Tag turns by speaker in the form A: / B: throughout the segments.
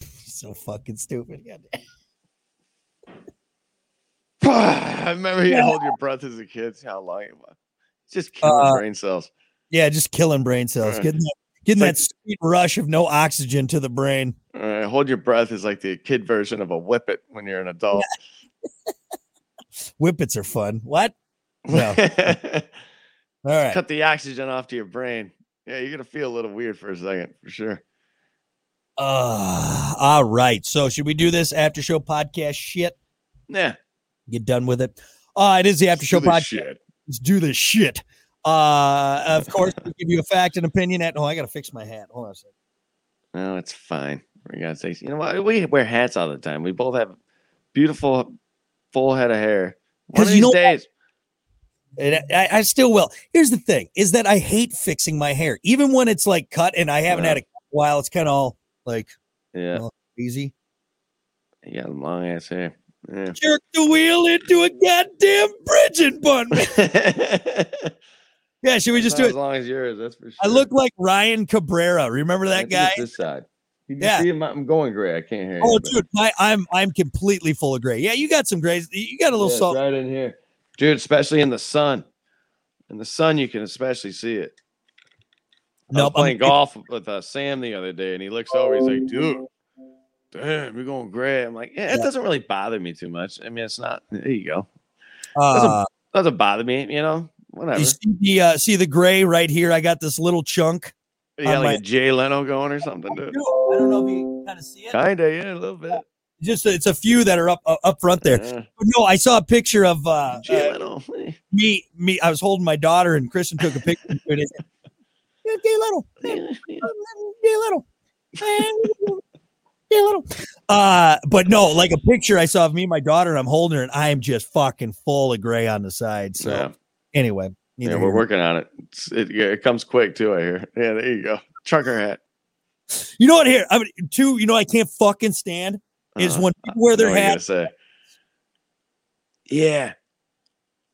A: so fucking stupid. Goddamn.
B: I remember you
A: Yeah.
B: hold your breath as a kid. See how long it was. It's just killing
A: Uh,
B: brain cells.
A: Yeah, just killing brain cells.
B: Right.
A: Getting that, getting
B: Like-
A: that sweet rush of no oxygen to the brain.
B: All right, hold your breath is like the kid version of a whippet when you're an adult.
A: Whippets are fun. What? No. All right.
B: Cut the oxygen off to your brain. Yeah, you're gonna feel a little weird for a second for sure.
A: Uh, all right. So should we do this after show podcast shit?
B: Yeah,
A: Get done with it. Uh, it is the after show podcast.
B: shit.
A: Let's do this shit. Uh, of course, we give you a fact and opinion. At oh, I gotta fix my hat. Hold on a second.
B: No, it's fine. For God's sakes, you know what? We wear hats all the time. We both have beautiful, full head of hair. One
A: 'Cause you
B: of these
A: know what?
B: days,
A: And I, I still will. Here's the thing: is that I hate fixing my hair, even when it's like cut, and I haven't
B: Yeah.
A: had it cut in a while. It's kind of all like
B: yeah,
A: Well- easy.
B: you got long ass hair. Yeah.
A: Jerk the wheel into a goddamn bridge and bun. yeah, should we just
B: Not
A: do
B: as
A: it?
B: long as yours. That's for sure.
A: I look like Ryan Cabrera. Remember
B: I
A: that
B: think
A: guy?
B: it's This side. You can
A: Yeah.
B: see him. I'm going gray. I can't hear.
A: Oh,
B: you, but-
A: dude, my, I'm I'm completely full of gray. Yeah, you got some grays. You got a
B: Yeah,
A: little
B: it's
A: salt.
B: right in here, dude. Especially in the sun. In the sun, you can especially see it. I was
A: Nope, I'm-
B: playing golf with uh, Sam the other day, and he looks over. He's like, "Dude, damn, you're going gray." I'm like, "Yeah, it
A: Yeah.
B: doesn't really bother me too much. I mean, it's not. There you go.
A: uh,
B: Doesn't bother me. You know, whatever.
A: you
B: You,
A: see the uh, see the gray right here. I got this little chunk.
B: got
A: on
B: like
A: my-
B: a Jay Leno going or something, dude.
A: I don't know if you kind of see it.
B: Kinda, yeah, a little bit.
A: Just it's a few that are up uh, up front there.
B: Yeah.
A: But no, I saw a picture of uh,
B: Jay
A: uh,
B: Leno. eh,
A: me me. I was holding my daughter, and Kristen took a picture. and it said, "Yeah, Gay Little,
B: eh, eh.
A: Gay Little, Gay Little." Uh, but no, like a picture I saw of me and my daughter, and I'm holding her, and I am just fucking full of gray on the side. So
B: Yeah,
A: anyway,
B: yeah,
A: neither
B: we're
A: here-
B: working on it. It's- It, yeah, it comes quick too. I hear. Yeah, there you go. Trucker hat.
A: You know what? Here, I mean, two. You know, I can't fucking stand is
B: Uh-huh.
A: when people wear
B: I know
A: their
B: what you're gonna
A: hat.
B: Say. Yeah.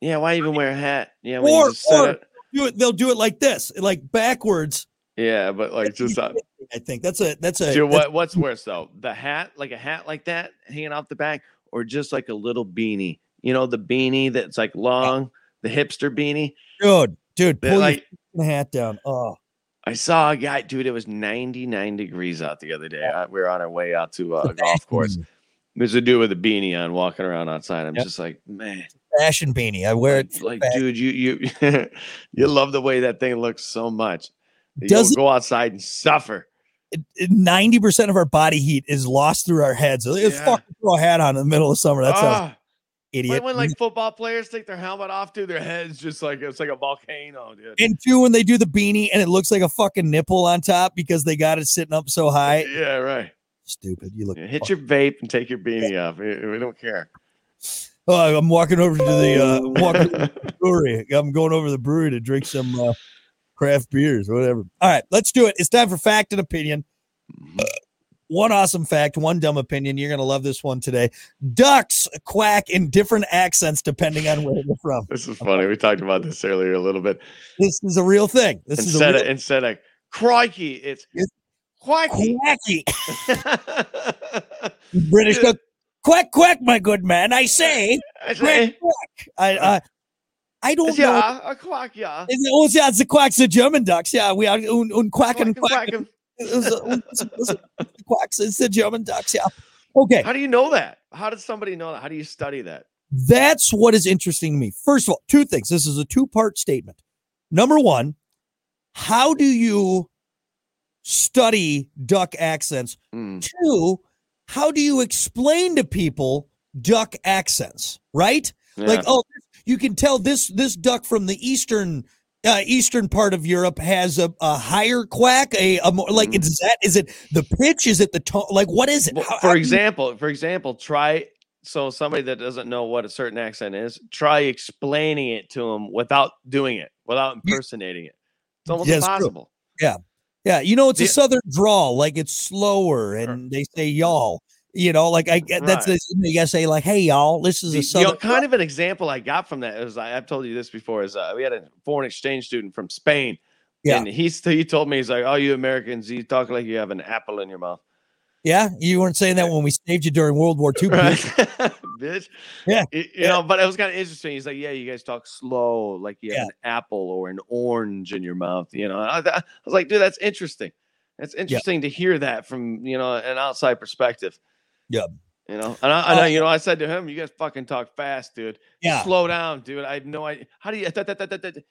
B: Yeah. Why even wear a hat? Yeah. When
A: Or-
B: you just said
A: or-
B: it.
A: Do it. They'll do it like this, like backwards.
B: Yeah, but like
A: That's
B: just uh,
A: I think that's a that's a
B: dude,
A: that's-
B: what what's worse though? The hat, like a hat like that, hanging off the back, or just like a little beanie. You know, the beanie that's like long, the hipster beanie.
A: dude, dude,
B: That,
A: pull
B: like
A: your fucking hat down. Oh,
B: I saw a guy, dude. It was 99 degrees out the other day. I- we were on our way out to uh, a golf course.
A: mm.
B: There's a dude with a beanie on walking around outside. I'm
A: Yep.
B: just like, man,
A: fashion beanie. I wear it.
B: Like- like,
A: back.
B: dude, you you you love the way that thing looks so much. You
A: Does
B: Does
A: it-
B: go outside and suffer.
A: Ninety percent of our body heat is lost through our heads. Let's
B: Yeah.
A: fucking throw a hat on in the middle of summer. That's sounds
B: Ah,
A: idiot.
B: like when like football players take their helmet off, dude, their heads just like it's like a volcano, dude.
A: and two, when they do the beanie and it looks like a fucking nipple on top because they got it sitting up so high.
B: yeah, right.
A: Stupid. You look.
B: Yeah, hit your vape and take your beanie off. We we don't care.
A: Oh, I'm walking over to the uh, I'm walking over to the brewery. I'm going over to the brewery to drink some uh, craft beers, whatever. All right, let's do it. It's time for fact and opinion. One awesome fact, one dumb opinion. You're gonna love this one today. Ducks quack in different accents depending on where they're from.
B: This is funny. We talked about this earlier a little bit.
A: This is a real thing. This is a
B: Instead
A: real
B: of instead of crikey, it's
A: Yes.
B: quacky.
A: quacky British duck. Quack quack, my good man. I say
B: I say,
A: quack quack. I uh, I don't know.
B: yeah, a quack, yeah.
A: Is it- Oh, yeah, it's the quacks, the German ducks. Yeah, we are un, un quacken, quack.
B: Quack, quack, quack.
A: It was- it was- it was- the quacks. It's the German ducks. Yeah. Okay.
B: How do you know that? How does somebody know that? How do you study that?
A: That's what is interesting to me. First of all, two things. This is a two part statement. Number one, how do you study duck accents?
B: Mm,
A: Two, how do you explain to people duck accents, right? Like, oh, you can tell this this duck from the eastern uh, eastern part of Europe has a, a higher quack, a, a more like
B: Mhm.
A: is that is it the pitch? Is it the tone? Like what is it?
B: Well,
A: How- how
B: for
A: do you-
B: example, for example, try so somebody that doesn't know what a certain accent is, try explaining it to them without doing it, without
A: You-
B: impersonating it. It's almost
A: Yes, true.
B: impossible.
A: yeah, you know it's a
B: the-
A: southern drawl, like it's slower, and they say y'all. You know, like I get that's
B: Right.
A: the you gotta say like, hey y'all, this is
B: The-
A: a
B: you know,
A: southern.
B: kind of an example I got from that is I, have told you this before is uh, we had a foreign exchange student from Spain,
A: Yeah.
B: and he's he told me he's like, "Oh, you Americans, you talk like you have an apple in your mouth."
A: Yeah, you weren't saying that when we saved you during World War II.
B: Right?
A: Pete.
B: Bitch.
A: Yeah,
B: You, you
A: yeah.
B: know, but it was kind of interesting. He's like, yeah, you guys talk slow, like you have
A: Yeah.
B: an apple or an orange in your mouth. You know, I, I was like, dude, that's interesting. That's interesting to hear that from you know an outside perspective.
A: Yep.
B: You know, and I, and I
A: Uh,
B: you know, I said to him, "You guys fucking talk fast, dude.
A: Yeah,
B: Slow down, dude. I had no idea. How do you?" that- that- that- that- that- that-"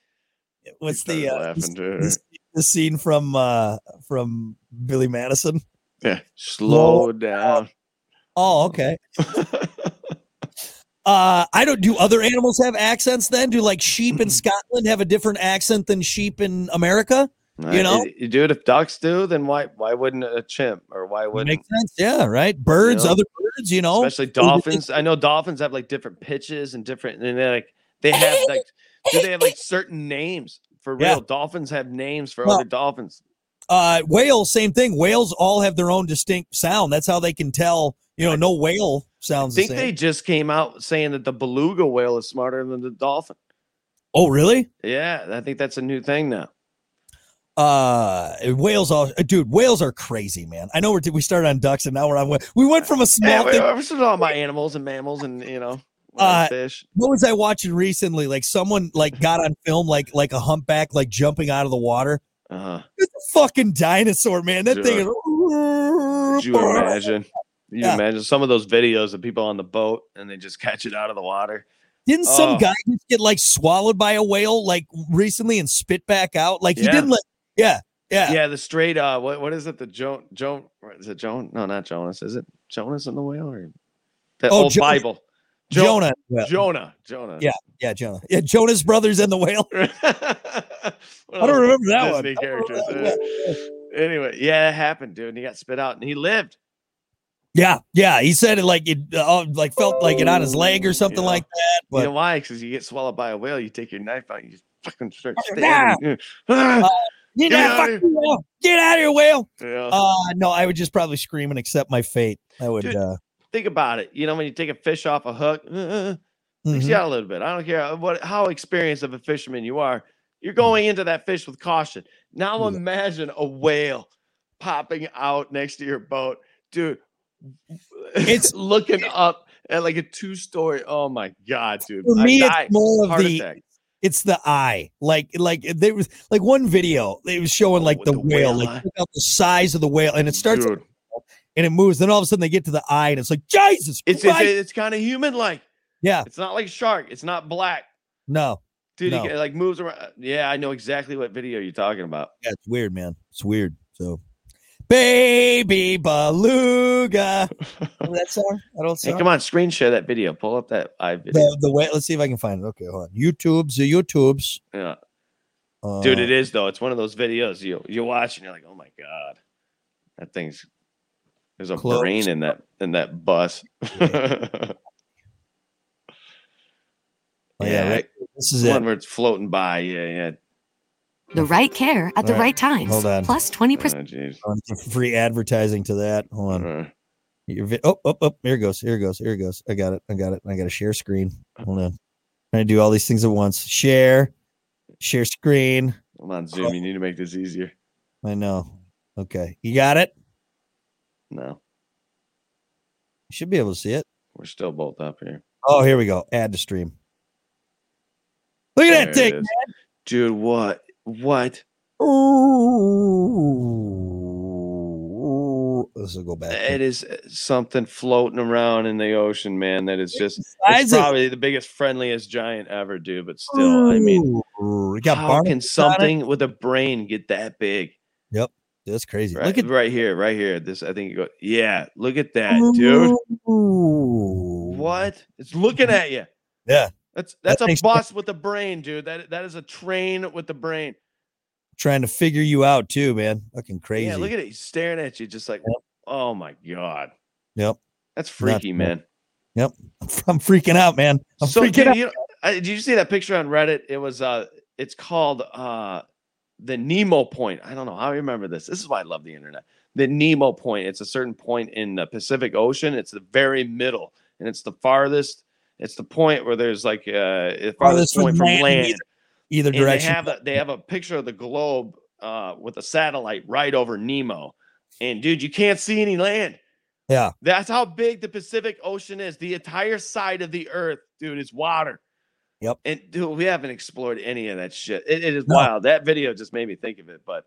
B: He
A: what's the
B: started
A: uh,
B: laughing, dude.
A: this- the scene from uh from Billy Madison?
B: yeah. Slow down.
A: Oh, okay. Uh, I don't. Do other animals have accents? Then do like sheep in Scotland have a different accent than sheep in America?
B: Right?
A: know?
B: It- Uh, dude. If ducks do, then why why wouldn't a chimp or why
A: Would
B: wouldn't
A: make sense. Yeah, right. Birds,
B: Yeah.
A: other birds. You know,
B: especially dolphins. I know dolphins have like different pitches and different, and they like they have like do they have like certain names for real?
A: Yeah.
B: Dolphins have names for
A: Well-
B: other dolphins.
A: uh, whales. Same thing. Whales all have their own distinct sound. That's how they can tell. You know, no whale
B: I
A: sounds.
B: think
A: the
B: they
A: same.
B: just came out saying that the beluga whale is smarter than the dolphin.
A: Oh, really?
B: Yeah, I think that's a new thing now.
A: Uh, whales. All dude, whales are crazy, man. I know we're we started on ducks and now we're on. whale- We went from a small
B: Yeah, we-
A: thing.
B: this is all my animals and mammals and you know
A: Uh,
B: fish.
A: what was I watching recently? Like someone like got on film like like a humpback like jumping out of the water.
B: Uh,
A: It's a fucking dinosaur, man. That thing
B: could
A: is.
B: you imagine? You
A: Yeah.
B: imagine some of those videos of people on the boat and they just catch it out of the water.
A: Didn't some
B: Oh.
A: guy just get like swallowed by a whale like recently and spit back out? Like he
B: Yeah.
A: didn't let. Yeah, yeah.
B: Yeah, the straight. Uh, what what is it? The Joan Joan what is it Joan? No, not Jonas. Is it Jonas in the whale or that
A: Oh,
B: old
A: Jonah.
B: Bible? Jo-
A: Jonah. Yeah.
B: Jonah. Jonah.
A: yeah, Jonah. Yeah, Jonas Brothers and the whale.
B: One
A: I
B: of
A: don't
B: Oh, those
A: remember that one.
B: Disney
A: I don't
B: characters.
A: remember that one.
B: Yeah. Anyway, yeah, it happened, dude. And he got spit out, and he lived.
A: Yeah, yeah. He said it like it uh, like felt like it on his leg or something
B: Yeah.
A: like that. But
B: you know why? Because you get swallowed by a whale, you take your knife out, you just fucking start
A: Fucking
B: stabbing.
A: you
B: Get
A: know,
B: out
A: fuck
B: of
A: you, whale. Get out of here, whale.
B: Yeah.
A: Uh no, I would just probably scream and accept my fate. I would
B: Dude,
A: uh
B: Think about it. You know, when you take a fish off a hook, uh, freaks
A: mhm.
B: you out a little bit. I don't care how- what how experienced of a fisherman you are. You're going into that fish with caution. Now
A: Yeah.
B: imagine a whale popping out next to your boat, dude.
A: It's-
B: looking up at like a two story. Oh my god, dude!
A: for
B: I
A: me
B: died.
A: it's more of
B: Heart
A: the
B: attack.
A: it's the eye. Like like there was like one video, they was showing
B: Oh,
A: like
B: with
A: the,
B: the
A: whale,
B: whale eye.
A: like look out the size of the whale, and it starts
B: Dude,
A: and it moves, then all of a sudden they get to the eye and it's like Jesus
B: it's it's,
A: Christ.
B: it's kind of human like.
A: Yeah.
B: it's not like shark. It's not black,
A: no,
B: dude.
A: No.
B: It, like moves around. uh, Yeah, I know exactly what video you're talking about.
A: yeah, it's weird, man. It's weird. So baby beluga. Remember that song? That old
B: Hey,
A: song?
B: come on, screen share that video. Pull up that I video.
A: the, the whale. Let's see if I can find it. Okay, hold on. YouTube's the YouTube's.
B: Yeah.
A: Uh,
B: Dude, it is though. It's one of those videos you you watch and you're like, oh my god, that thing's there's a
A: Close.
B: brain in that in that bus. yeah,
A: Oh, yeah, right. This is
B: it's one
A: it.
B: where it's floating by. Yeah, yeah.
C: The right care at the
A: All right,
C: right, times.
A: hold on.
C: Plus 20%.
B: Oh, jeez.
A: Oh, it's free advertising to that. Hold on.
B: Uh,
A: Your vi- oh, oh, oh, here it goes. Here it goes. Here it goes. I got it. I got it. I got to share screen. Hold on. i do all these things at once. Share, share screen.
B: I'm on Zoom. You need to make this easier.
A: I know. Okay. You got it?
B: No,
A: You should be able to see it.
B: we're still both up here.
A: Oh, here we go. Add to stream. Look at that
B: There it
A: thing.
B: is. dude. What? What?
A: Ooh. This will go back.
B: It is something floating around in the ocean, man. That is just
A: Size
B: it's
A: of-
B: probably the biggest, friendliest giant ever, dude. But
A: Oh,
B: still, I mean,
A: Ooh, it got
B: How
A: barnacles on
B: can
A: it.
B: something with a brain get that big?
A: That's crazy.
B: Right,
A: Look at
B: right here, right here. This, I think you go. Yeah, look at that, dude.
A: Ooh.
B: What? It's looking at you.
A: Yeah.
B: That's that's
A: thing's-
B: a bus with a brain, dude. That that is a train with a brain.
A: Trying to figure you out too, man. Fucking crazy.
B: Yeah, look at it. He's staring at you, just like, oh my god.
A: Yep.
B: That's freaky,
A: Nuts, man.
B: man.
A: I'm freaking out, man. I'm
B: so,
A: freaking
B: dude,
A: out.
B: you know, I, did you see that picture on Reddit? It was uh, it's called uh, the Nemo point. I don't know. I remember this. This is why I love the internet. The Nemo point. It's a certain point in the Pacific Ocean. It's the very middle, and it's the farthest. It's the point where there's like uh, the
A: Farthest
B: farthest
A: from
B: point from
A: land,
B: land.
A: either Either
B: And they
A: direction.
B: have a, they have a picture of the globe uh, with a satellite right over Nemo, and dude, you can't see any land.
A: Yeah.
B: That's how big the Pacific Ocean is. The entire side of the earth, dude, is water.
A: Yep.
B: And dude, we haven't explored any of that shit. It- it is
A: No.
B: wild. That video just made me think of it, but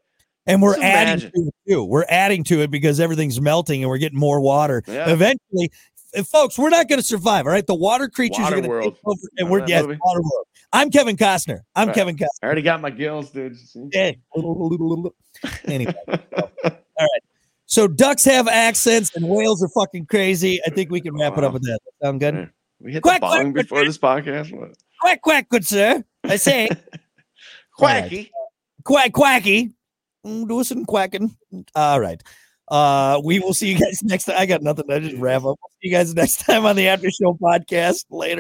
A: And we're
B: Just
A: adding
B: imagine.
A: to it too. We're adding to it because everything's melting and we're getting more water.
B: Yeah.
A: Eventually, f- folks, we're not going to survive. All right, the water creatures are going to
B: Waterworld.
A: take over, and
B: Remember
A: we're
B: that
A: yes,
B: movie?
A: water world. I'm Kevin Costner. I'm
B: Right.
A: Kevin Costner.
B: I already got my gills, dude. You see?
A: Yeah. Anyway, all right. So ducks have accents and whales are fucking crazy. I think we can wrap it up with that. Sound good?
B: Yeah. We hit
A: Quack,
B: the
A: quack,
B: bong
A: quack,
B: before this podcast. What?
A: Quack quack, good sir. I say Alright.
B: Quacky.
A: quack quacky. Mm, Do us some quacking. All right. Uh, we will see you guys next time. I got nothing. I just wrap up. See you guys next time on the After Show podcast. Later.